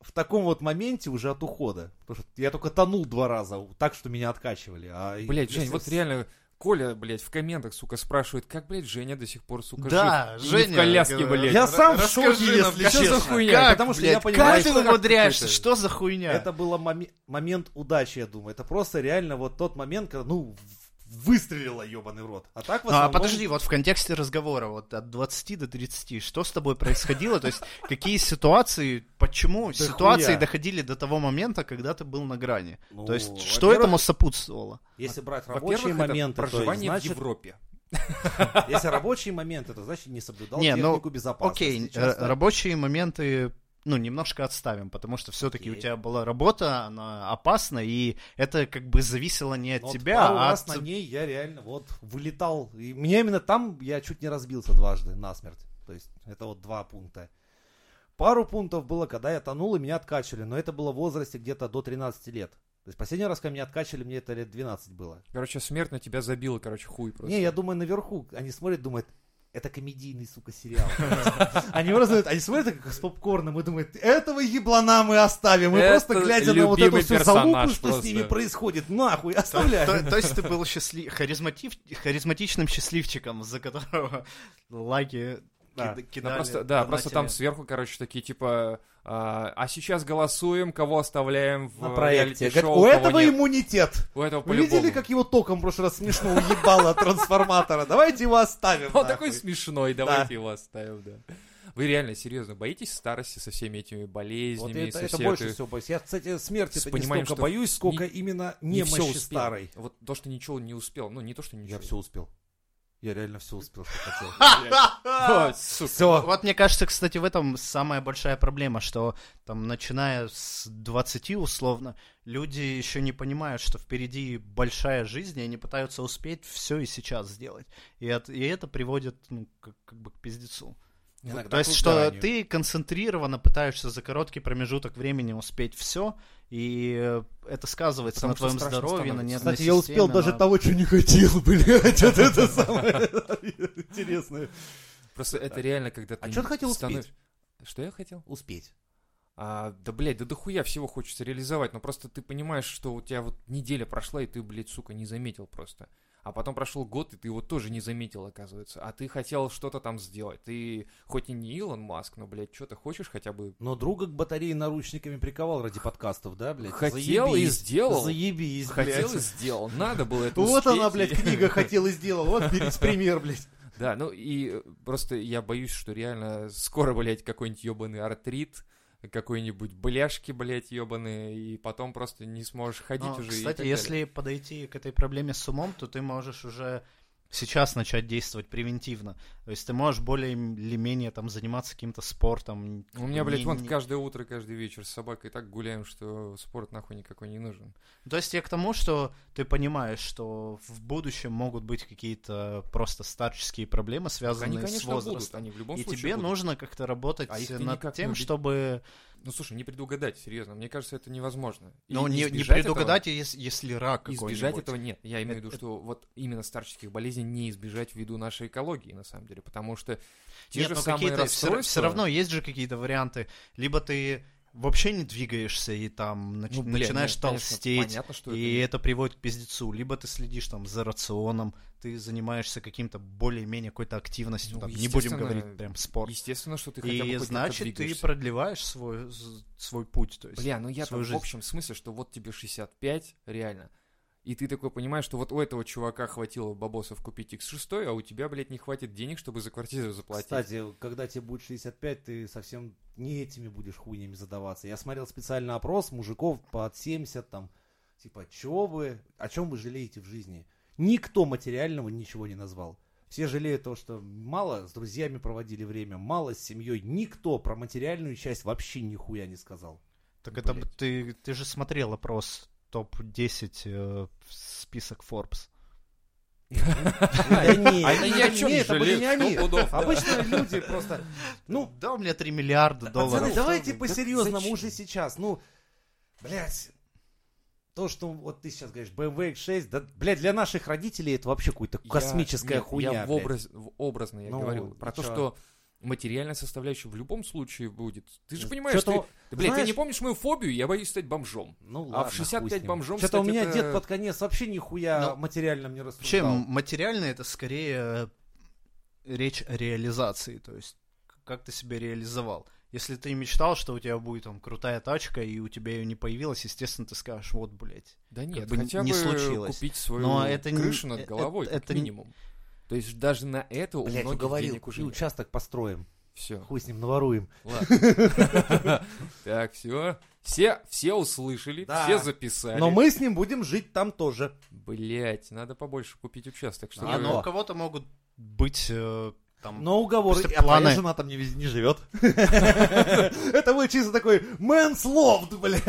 в таком вот моменте уже от ухода. Потому что я только тонул два раза, так что меня откачивали. А
Блядь,
если
Жень, вот
с-
реально, Коля, блядь, в комментах, сука, спрашивает, как, блядь, Женя до сих пор, сука,
Да,
жив? И
Женя,
в коляске,
говорю,
блядь.
Я сам в
Расскажи
шоке,
нам,
если
что за
честно.
хуйня?
Как,
Потому что я
блядь,
понимаю,
как ты
что-
умудряешься?
какой-то-
Что за хуйня?
Это был момент удачи, я думаю. Это просто реально вот тот момент, когда, ну, в- выстрелила, ебаный в рот. А так в
Ну, а
основном-
подожди, вот в контексте разговора, вот от 20 до 30, что с тобой происходило? То есть, какие ситуации, почему ситуации
хуя.
доходили до того момента, когда ты был на грани?
Ну,
То есть, что
во-первых,
этому сопутствовало?
Если брать
Во-первых,
рабочие
это
моменты, то есть,
проживание в
значит,
Европе.
если рабочие моменты, то значит не соблюдал
Не, ну,
технику безопасности.
Окей, э,
Часто-
рабочие моменты, ну, немножко отставим, потому что все-таки у
Окей.
тебя была работа, она опасна, и это как бы зависело не от
Но вот
тебя,
пару
а
раз
от...
на ней я реально вот вылетал. И меня именно там я чуть не разбился дважды насмерть. То есть это вот два пункта. Пару пунктов было, когда я тонул, и меня откачали. Но это было в возрасте где-то до 13 лет. То есть последний раз, когда меня откачали, мне это лет 12 было.
Короче, смерть на тебя забила, короче, хуй просто.
Не, я думаю, наверху. Они смотрят, думают, это комедийный, сука, сериал. Они просто, думают, они смотрят как с попкорном и думают, этого еблана мы оставим. И
Это
просто глядя на вот эту
любимый
всю залупу,
персонаж
что с ними
просто.
происходит, нахуй,
То,
оставляем.
то есть ты был счастлив, харизматив, харизматичным счастливчиком, за которого лайки
Да.
кида-
Да,
кидали.
Ну, просто, да, просто там
донатили.
сверху, короче, такие типа, а, а сейчас голосуем, кого оставляем в
на проекте.
реалити-шоу,
Говорят, у
кого
этого
нет».
иммунитет.
У этого
Вы
по-любому.
видели, как его током в прошлый раз смешно уебало от трансформатора? Давайте его оставим.
Он
нахуй.
такой смешной, давайте его оставим, да. Вы реально, серьезно, боитесь старости со всеми этими
Вот
болезнями,
это,
со
это
всей
больше
этой-
всего боюсь. Я, кстати, смерти
С
не
пониманием,
столько
что
боюсь, сколько
не-
именно
не
немощи
все успел.
старой.
Вот то, что ничего не успел, ну не то, что ничего.
Я все успел. Я реально все успел, что хотел.
Ой, сука.
Все.
Вот мне кажется, кстати, в этом самая большая проблема, что там, начиная с 20 условно, люди еще не понимают, что впереди большая жизнь, и они пытаются успеть все и сейчас сделать. И, от- и это приводит, ну, как, как бы к пиздецу.
Иногда
То есть,
к
что
выгоранию.
ты концентрированно пытаешься за короткий промежуток времени успеть все, и э, это сказывается
Потому
на
что
твоем
страшно
здоровье, на
становится.
нервной
Кстати, я успел
системе,
даже
на-
того, что не хотел, блядь. Вот это самое интересное.
Просто это реально, когда ты...
А чё ты хотел
станов-
успеть?
Что я хотел?
Успеть.
А, да, блядь, да дохуя всего хочется реализовать, но просто ты понимаешь, что у тебя вот неделя прошла, и ты, блядь, сука, не заметил просто. А потом прошел год, и ты его тоже не заметил, оказывается. А ты хотел что-то там сделать. Ты хоть и не Илон Маск, но, блядь, что ты хочешь хотя бы...
Но друга к батарее наручниками приковал ради подкастов, да, блядь?
Хотел и
Заебись.
сделал.
Заебись,
Хотел и
блядь.
сделал. Надо было это
Вот она,
успеть.
блядь, книга «Хотел и сделал». Вот, берите пример, блядь.
Да, ну и э, просто я боюсь, что реально скоро, блядь, какой-нибудь ебаный артрит, какой-нибудь бляшки, блядь, ебаные, и потом просто не сможешь ходить
Ну,
уже. и так
Кстати,
далее.
если подойти к этой проблеме с умом, то ты можешь уже сейчас начать действовать превентивно. То есть ты можешь более или менее там заниматься каким-то спортом.
У меня, блядь,
Не-
вон
не-
каждое утро, каждый вечер с собакой так гуляем, что спорт нахуй никакой не нужен.
То есть я к тому, что ты понимаешь, что в будущем могут быть какие-то просто старческие проблемы, связанные
Они,
с
конечно, будут,
возрастом.
они в любом
И
случае
тебе
будут.
нужно как-то работать
А их ты никак
над
не
тем,
убед-
чтобы
Ну, слушай, не предугадать, серьезно. Мне кажется, это невозможно. И
ну, не, не
избежать
предугадать, ес- если рак
этого-
какой-нибудь.
избежать этого нет. Я имею в виду,
Это-
что вот именно старческих болезней не избежать ввиду нашей экологии, на самом деле. Потому что те
Нет,
же
но
самые
какие-то все,
расстройства...
равно есть же какие-то варианты. Либо ты вообще не двигаешься и там нач-
Ну, бля,
начинаешь
нет, конечно,
толстеть,
понятно, что
и
это...
это приводит к пиздецу. Либо ты следишь там за рационом, ты занимаешься каким-то более-менее какой-то активностью,
Ну,
там, не будем
естественно,
говорить прям спорт.
Естественно, что ты хотя бы
И
хоть как-то
значит, ты
двигаешься.
продлеваешь свой, з- свой путь. То есть.
Бля, ну я
свою
там
жизнь.
в общем смысле, что вот тебе 65, реально. И ты такой понимаешь, что вот у этого чувака хватило бабосов купить X6, а у тебя, блядь, не хватит денег, чтобы за квартиру заплатить.
Кстати, когда тебе будет 65, ты совсем не этими будешь хуйнями задаваться. Я смотрел специально опрос мужиков под 70, там, типа, чего вы, о чем вы жалеете в жизни? Никто материального ничего не назвал. Все жалеют то, что мало с друзьями проводили время, мало с семьей. Никто про материальную часть вообще нихуя не сказал.
так это
блядь.
ты, ты же смотрел опрос топ-10 э, в список Forbes.
Да не,
А они ни о чем
не,
не
это были
жалеют,
не они.
сто пудов, да.
Обычно люди просто... Ну,
да, у меня 3 миллиарда долларов.
Пацаны, давайте
Да
по-серьезному
зачем?
уже сейчас. Ну, блядь, то, что вот ты сейчас говоришь, BMW X6, да, блядь, для наших родителей это вообще какая-то
Я-
космическая
нет,
хуйня.
Я в
блядь.
образ, в образно я
Ну,
говорил. Про
и
то,
чё?
что материальная составляющая в любом случае будет. Ты же
Ну,
понимаешь,
чё-то-
ты, Да, блядь,
знаешь-
ты не помнишь мою фобию, я боюсь стать бомжом.
Ну,
а в 65 бомжом
Что-то у
стать
меня
это-
дед под конец вообще нихуя
Ну,
о материальном не
Вообще,
рассуждал.
м- материально это скорее э, речь о реализации, то есть к- как ты себя реализовал. Если ты мечтал, что у тебя будет там крутая тачка, и у тебя ее не появилось, естественно, ты скажешь, вот, блядь.
Да нет,
бы
хотя
не
бы
случилось.
купить свою
Но это не-
крышу
э-
над головой,
э-
как
это не-
минимум. То есть даже на это у
Блядь,
многих
уговорил,
денег уже
купи
нет.
участок построим.
Все.
Хуй с ним, наворуем.
Ладно. Так, все. Все, все услышали,
Да.
все записали.
Но мы с ним будем жить там тоже.
Блять, надо побольше купить участок, чтобы...
А,
Не, ну
ну.
у кого-то могут быть э, там...
Но уговор,
Просто
а твоя
планы.
жена там не, вез- не живет. Это вы чисто такой мэнс лофт, блядь.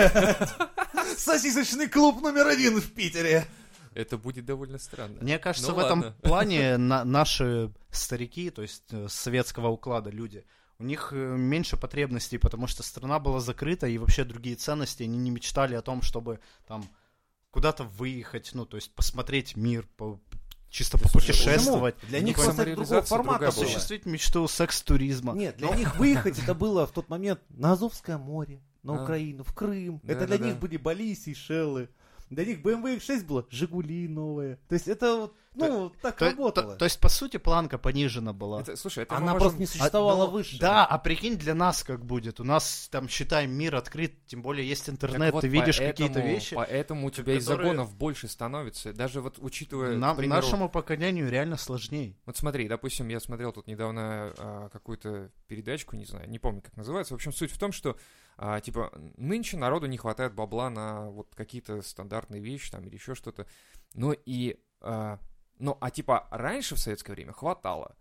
Сосисочный клуб номер один в Питере.
Это будет довольно странно.
Мне кажется,
Ну
в этом
ладно.
плане на- наши старики, то есть э, советского уклада люди, у них э, меньше потребностей, потому что страна была закрыта, и вообще другие ценности, они не мечтали о том, чтобы там куда-то выехать, ну, то есть посмотреть мир, по- чисто попутешествовать,
Почему? Для
Ну,
них
как
просто это другого
самореализация
формата
другая была.
было.
осуществить мечту секс-туризма.
Нет, для них выехать это было в тот момент на Азовское море, на
А.
Украину, в Крым. Это
Да-да-да.
для них были Бали, Сейшелы. Для них BMW X6 было Жигули новые. То есть это вот, ну, так
То, то-
работало.
то есть, по сути, планка понижена была.
Это- слушай, это мы
Она
можем-
просто не существовала
А, ну,
выше.
Да, а прикинь, для нас как будет. У нас там, считай, мир открыт, тем более есть
Так
интернет,
вот,
ты видишь
поэтому-
какие-то вещи.
Поэтому у тебя и
которые-
загонов больше становится. Даже вот учитывая,
Нам-
к примеру,
Нашему поколению реально сложнее.
Вот смотри, допустим, я смотрел тут недавно а, какую-то передачку, не знаю, не помню, как называется. В общем, суть в том, что, а, типа, нынче народу не хватает бабла на вот какие-то стандартные вещи там или еще что-то. Но и а, Ну, а типа раньше в советское время хватало.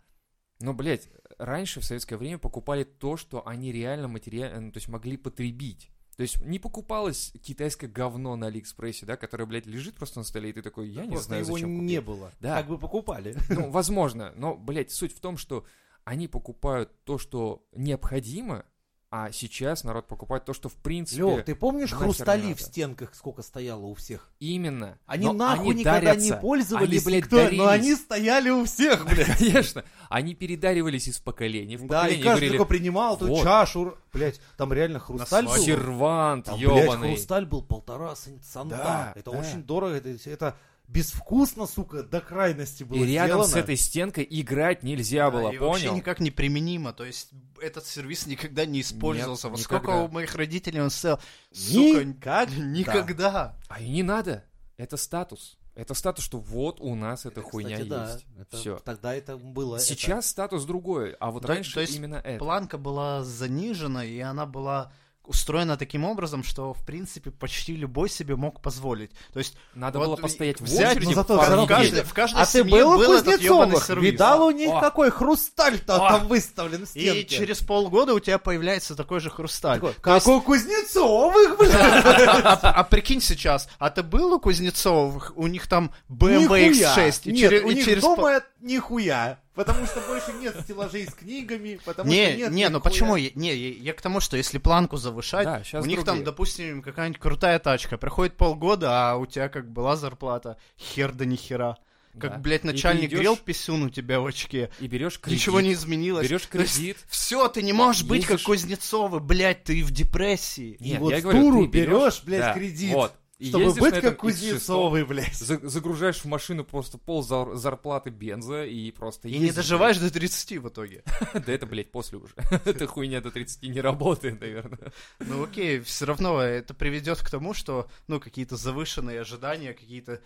Но, блядь, раньше в советское время покупали то, что они реально материально, ну, то есть могли потребить. То есть не покупалось китайское говно на Алиэкспрессе, да, которое, блядь, лежит просто на столе, и ты такой, я не
Просто
знаю,
его
зачем купил».
не было.
Да.
Как бы покупали.
Ну, возможно, но, блядь, суть в том, что они покупают то, что необходимо, а сейчас народ покупает то, что в принципе
Лёв, ты помнишь
нахер не
хрустали в
надо.
стенках сколько стояло у всех?
именно.
Они
Но
нахуй
они
никогда
дарятся.
не пользовались,
Они, блядь,
никто, но
дарились.
они стояли у всех, блядь.
Конечно, они передаривались из поколения в
Да,
поколение
и
и
каждый
говорили,
только принимал, тут
«Вот».
чашу, блядь, там реально хрусталь
свадьбе.
был.
сервант
Там, блядь,
ёбаный.
хрусталь был полтора сен- санта.
Да,
это
да.
очень дорого, это, это безвкусно, сука, до крайности было
И рядом с
сделано.
этой стенкой играть нельзя было,
Да, и вообще
понял?
никак не применимо. То есть этот сервис никогда не использовался.
Нет,
Во
никогда.
сколько у моих родителей он стоял? Сука,
Никогда.
никогда.
А и не надо. Это статус. Это статус, что вот у нас эта
Кстати,
хуйня
да,
есть.
это-
Всё.
Тогда это было.
Сейчас статус другой, а вот
Да,
раньше
то есть
именно это.
Планка была занижена, и она была устроена таким образом, что, в принципе, почти любой себе мог позволить. То есть
Надо
Вот
было
и
постоять в
взять,
очереди,
но зато
пару
всё
в
равно
недель.
каждой, в каждой
А ты
семье
был у
был этот ёбаный
Кузнецовых?
сервис.
Видал у них
О.
какой хрусталь-то
О.
там выставлен в стенке?
И через полгода у тебя появляется такой же хрусталь.
Такой,
А, То есть-
Как у Кузнецовых, блядь!
А а прикинь сейчас, а ты был у Кузнецовых, у них там BMW
Нихуя.
X6, и
Нет,
через-
у
и
них
через пол-
дома нихуя. Потому что больше нет стеллажей с книгами, потому что
Не,
нет
не, ну
нихуя.
почему? Я- Не, я я к тому, что если планку завышать,
Да, щас
у них там,
другие.
допустим, какая-нибудь крутая тачка, проходит полгода, а у тебя как была зарплата, хер да нихера. Как,
Да.
блядь,
И ты
начальник
идёшь
грел писюн у тебя в очке.
И берешь кредит.
Ничего не изменилось.
Берешь кредит.
Все, ты не можешь быть как
Ездишь.
Кузнецовы, блядь, ты в депрессии.
И
Нет,
вот
я
в
говорю,
туру
ты
берешь, блядь,
да,
кредит,
вот, и
Чтобы
ездишь на
быть
этом
как
X6.
Кузнецовы, блядь.
За- загружаешь в машину просто пол зар- зарплаты бенза и просто
И не
ездишь.
доживаешь до 30 в итоге.
Да это, блядь, после уже. Эта хуйня до 30 не работает, наверное.
Ну окей, все равно это приведет к тому, что ну какие-то завышенные ожидания, какие-то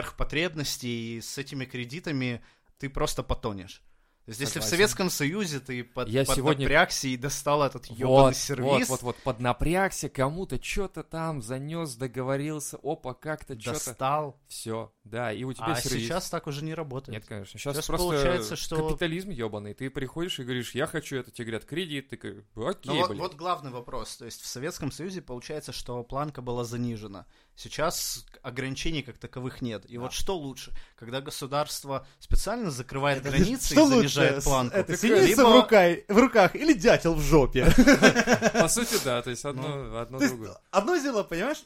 сверхпотребности, и с этими кредитами ты просто потонешь. То есть, если в
Согласен.
Советском Союзе ты под,
Я сегодня-
поднапрягся и достал этот ебаный
Вот, вот,
сервис,
вот, вот, поднапрягся, кому-то что-то там занес, договорился, опа, как-то что-то.
достал,
Все, да, и у тебя
а
сервис.
сейчас так уже не работает.
Нет, конечно. Сейчас,
Сейчас
просто
получается, что-
капитализм ебаный. Ты приходишь и говоришь, я хочу это, тебе говорят, кредит. Ты говоришь,
Ну,
окей,
вот,
блядь.
вот главный вопрос. То есть в Советском Союзе получается, что планка была занижена. Сейчас ограничений как таковых нет. И вот что лучше, когда государство специально закрывает границы и занижает планку?
Это
Либо-
синица в, рука- в руках или дятел в жопе?
По сути, да, то есть
Ну.
одно, одно
То есть,
другое.
Одно дело, понимаешь?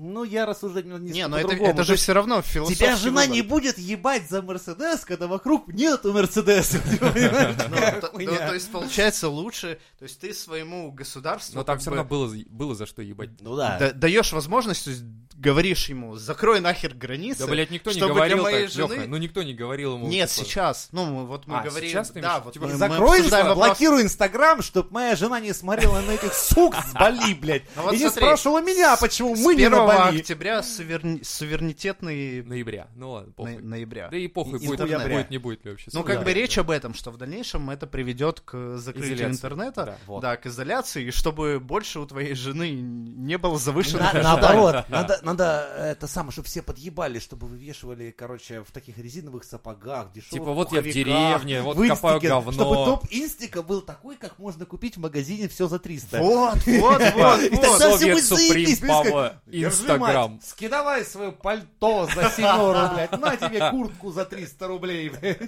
Ну, я рассуждать не
Не, но это, это же все равно философский
Тебя жена
выбор.
не будет ебать за Мерседес, когда вокруг нету Мерседеса. ты понимаешь?
Ну, то, ну,
Хуйня.
то есть получается лучше, то есть ты своему государству
Но там
как
все
бы
равно было, за- было за что ебать.
Ну да.
да- даешь возможность, то есть говоришь ему, закрой нахер границы.
Да, блядь, никто не
чтобы для
говорил
моей
так,
жены-
Лёха, ну никто не говорил ему.
Нет,
типа,
сейчас. Ну, мы- вот мы
А,
говорим,
сейчас
да,
ты имеешь в
вот
виду?
мы- мы
Закрой,
обсуждаем
блядь,
вопрос-
блокируй Инстаграм, чтоб моя жена не смотрела на этих сук с Бали, блядь.
Ну вот
И не
смотри,
спрашивала меня, А почему
С
мы не
1
на Бали.
октября суверни- суверенитетный
Ноября, ну ладно,
на-
похуй.
ноября.
Да и похуй,
И-
будет,
интернет.
будет, не будет ли вообще.
Ну,
Сука,
как бы
да.
речь об этом, что в дальнейшем это приведет к закрытию
Изоляции.
интернета,
Да,
да,
вот.
к изоляции, и чтобы больше у твоей жены не было завышенных
На-
ожиданий.
Наоборот, надо, надо э, это самое, чтобы все подъебали, чтобы вывешивали, короче, в таких резиновых сапогах, дешевых
Типа, вот я в
пуховиках,
деревне, вот
в
копаю
инстике,
говно.
Чтобы топ инстика был такой, как можно купить в магазине все за 300.
Вот, вот, вот,
И
вот.
тогда все
Совет
будет заебись.
Суприм
понимаешь, как,
Павла
«Держи,
Инстаграм.
мать, Скидавай свое пальто за 7 евро, блядь. На тебе куртку за 300 рублей, блядь.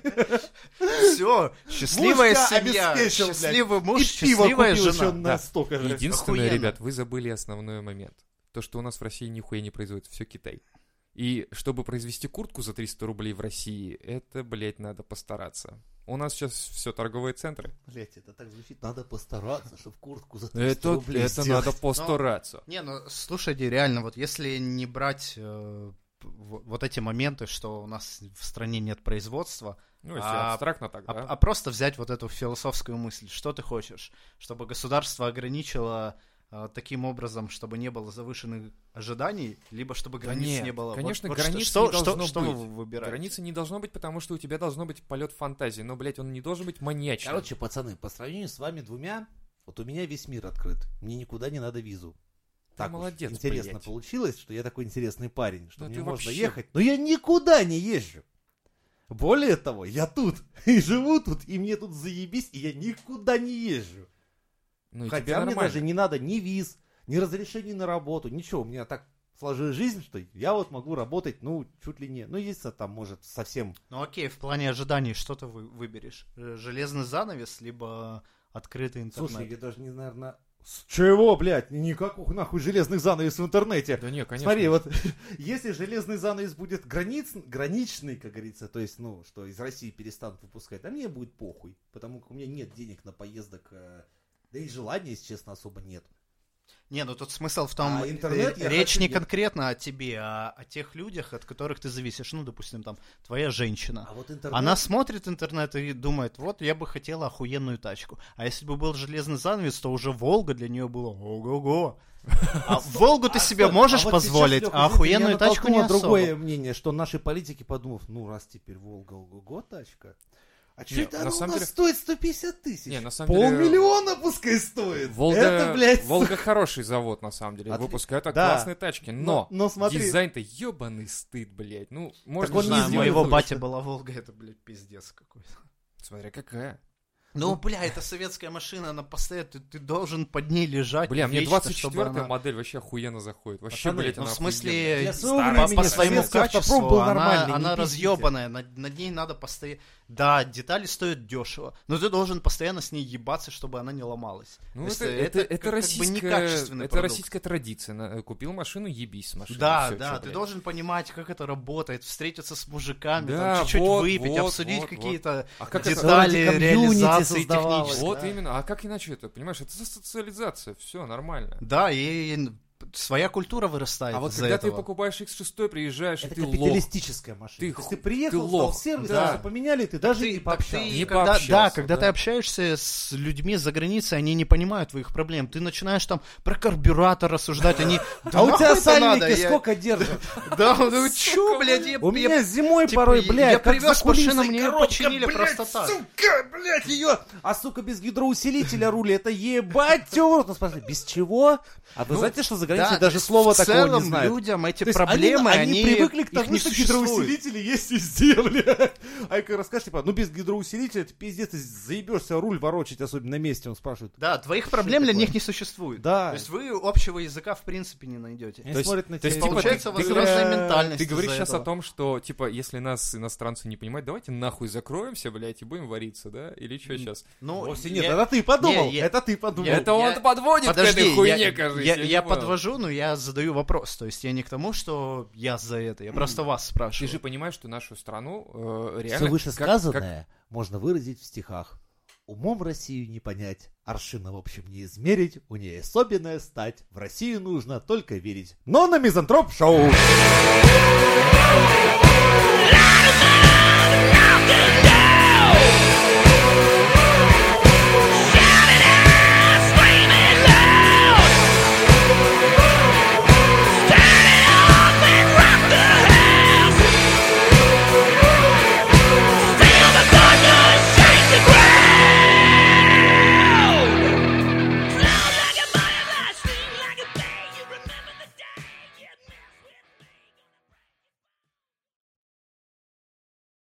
Все, счастливая
Мужка
семья,
обеспечил, блядь.
счастливый муж,
И пиво
счастливая
купил еще
жена.
Да.
на столько же.
Единственное,
Охуенно.
ребят, вы забыли основной момент. То, что у нас в России нихуя не производится, все Китай. И чтобы произвести куртку за 300 рублей в России, это, блядь, надо постараться. У нас сейчас все торговые центры.
Блядь, это так звучит. Надо постараться, чтобы куртку за 300
Это,
рублей
это
сделать.
надо постараться.
Не, ну слушайте, реально, вот если не брать э, п- в- вот эти моменты, что у нас в стране нет производства,
Ну, если
А-
абстрактно так,
А,
да?
а просто взять вот эту философскую мысль, что ты хочешь, чтобы государство ограничило э, таким образом, чтобы не было завышенных ожиданий, либо чтобы
Да
границ
нет,
не было. Вот-
конечно,
вот
границ
что,
не
что,
должно
что,
быть.
что вы выбираете?
Границы
а,
не должно быть, потому что у тебя должно быть полет фантазии. Но, блядь, он не должен быть маньячным.
Короче, пацаны, по сравнению с вами двумя, вот у меня весь мир открыт. Мне никуда не надо визу. Так уж
молодец,
интересно
приятель.
получилось, что я такой интересный парень, что
Да
мне
ты
можно
вообще-
ехать. Но я никуда не езжу. Более того, я тут и живу тут, и мне тут заебись, и я никуда не езжу.
Ну, и тебе
Хотя мне
нормально.
даже не надо ни виз, ни разрешений на работу, ничего. У меня так сложилась жизнь, что я вот могу работать, ну, чуть ли не... Ну, если там, может, совсем...
Ну окей, в плане ожиданий что ты вы- выберешь? Э, Железный занавес, либо открытый интернет?
Слушай, я даже не, наверное... С чего, блядь? Никаких нахуй железных занавесов в интернете.
Да не, конечно.
Смотри, вот если железный занавес будет границ, граничный, как говорится, то есть, ну, что из России перестанут выпускать, а мне будет похуй, потому как у меня нет денег на поездок, э, да и желания, если честно, особо нет.
Не, ну тут смысл в том,
А интернет
э,
я
речь
хочу-
не
я-
конкретно о тебе, а о тех людях, от которых ты зависишь. Ну, допустим, там, твоя женщина.
А вот интернет...
Она смотрит интернет и думает, вот, я бы хотела охуенную тачку. А если бы был железный занавес, то уже Волга для нее была ого-го. А Волгу ты
А,
себе
стой,
можешь
а вот
позволить,
сейчас, Лёха,
а
извини,
охуенную
я
тачку не
натолкнул на
особо.
другое мнение, что наши политики, подумав, ну, раз теперь Волга, ого тачка, а
Не,
что это
на
она у
самом
нас
деле-
стоит 150 тысяч?
Не, на самом деле-
Полмиллиона пускай стоит!
Волга,
Это, блядь,
Волга хороший завод, на самом деле.
Отли-
Выпускают так
Да.
классные тачки, но,
но смотри-
дизайн-то ебаный стыд, блядь. Ну, можно
он
Не
же
знаю,
сделать
моего
лучше.
батя была Волга, это, блядь, пиздец какой-то.
Смотря какая.
Ну, бля, это советская машина, она постоянно, ты, ты должен под ней лежать.
Бля, мне
вечно, чтобы
24-я
она-
модель вообще охуенно заходит. Вообще,
Пацаны,
блядь,
Ну,
она
в
охуенная.
смысле,
Для своего
по-
времени
по, своему
советский
качеству
автопром был
она,
нормальный,
она
не пиздите.
разъебанная, над, над ней надо постоянно... Да, детали стоят дешево, но ты должен постоянно с ней ебаться, чтобы она не ломалась.
Ну,
То есть, э,
это, это,
как-
это
как бы
российская,
некачественный
это
продукт.
российская традиция. На- э, Купил машину, ебись с машиной.
Да,
Всё,
да,
чё,
ты
блядь.
должен понимать, как это работает, встретиться с мужиками, там
Да,
чуть-чуть
вот,
выпить,
вот,
обсудить
вот,
какие-то
А как это-
детали
Вроде комьюнити
реализации
создавалось.
технической.
Вот
да.
именно. А как иначе это? Понимаешь, это социализация. Все нормально.
Да, и своя культура вырастает
А вот
из-за
когда ты
этого.
покупаешь X6, приезжаешь, и
Это
ты лох.
капиталистическая машина.
Ты
То есть
ху-
ты приехал,
ты
стал
лох.
в сервис,
Да.
даже поменяли, ты даже не
так
пообщался.
ты
Не
когда- да,
пообщался,
когда
да.
ты общаешься с людьми за границей, они не понимают твоих проблем. Ты начинаешь там про карбюратор рассуждать, они...
А у тебя сальники
сальники
сколько держат?
Да, ну чё, блядь, я...
У
я-
меня зимой
типа,
порой,
я-
блядь,
я
как
привез
за кулисой
машину, мне её
коробка,
починили
блядь,
просто так.
Сука, блядь, ее! А сука, без гидроусилителя рули, это ебать тёрт. Ну, спрашивай, без чего? А вы
Ну,
знаете, что за
да,
границей
то
даже
есть
слова такого
В
не
целом
знают?
людям эти
То есть
проблемы,
они,
они...
привыкли к
их
тому,
не
что
существует.
гидроусилители есть везде, блядь. А я как расскажешь, типа, ну без гидроусилителя ты пиздец, ты заебешься руль ворочить, особенно на месте, он спрашивает.
Да, твоих проблем для
такое?
них не существует.
Да.
То есть вы общего языка в принципе не найдете.
Они
То есть-
смотрят на
то есть,
тебя и
типа,
Получается
ты- ты
возрастная
говоришь-
ментальность.
Ты говоришь
из-за
сейчас
этого.
о том, что, типа, если нас иностранцы не понимают, давайте нахуй закроемся, блядь, и будем вариться, да? Или что сейчас?
Ну,
Вовсе нет,
я-
это ты подумал,
Не, я-
это ты подумал.
Я-
Это он подводит к этой хуйне,
я,
кажется.
я-
не
я
понял.
подвожу, но я задаю вопрос. То есть я не к тому, что я за это, я просто вас
Ты
спрашиваю.
же понимаешь, что нашу страну э, реально...
Все
как- как-
вышесказанное можно выразить в стихах. Умом Россию не понять, аршина в общем не измерить, у ней особенная стать. В Россию нужно только верить. Но на мизантроп шоу!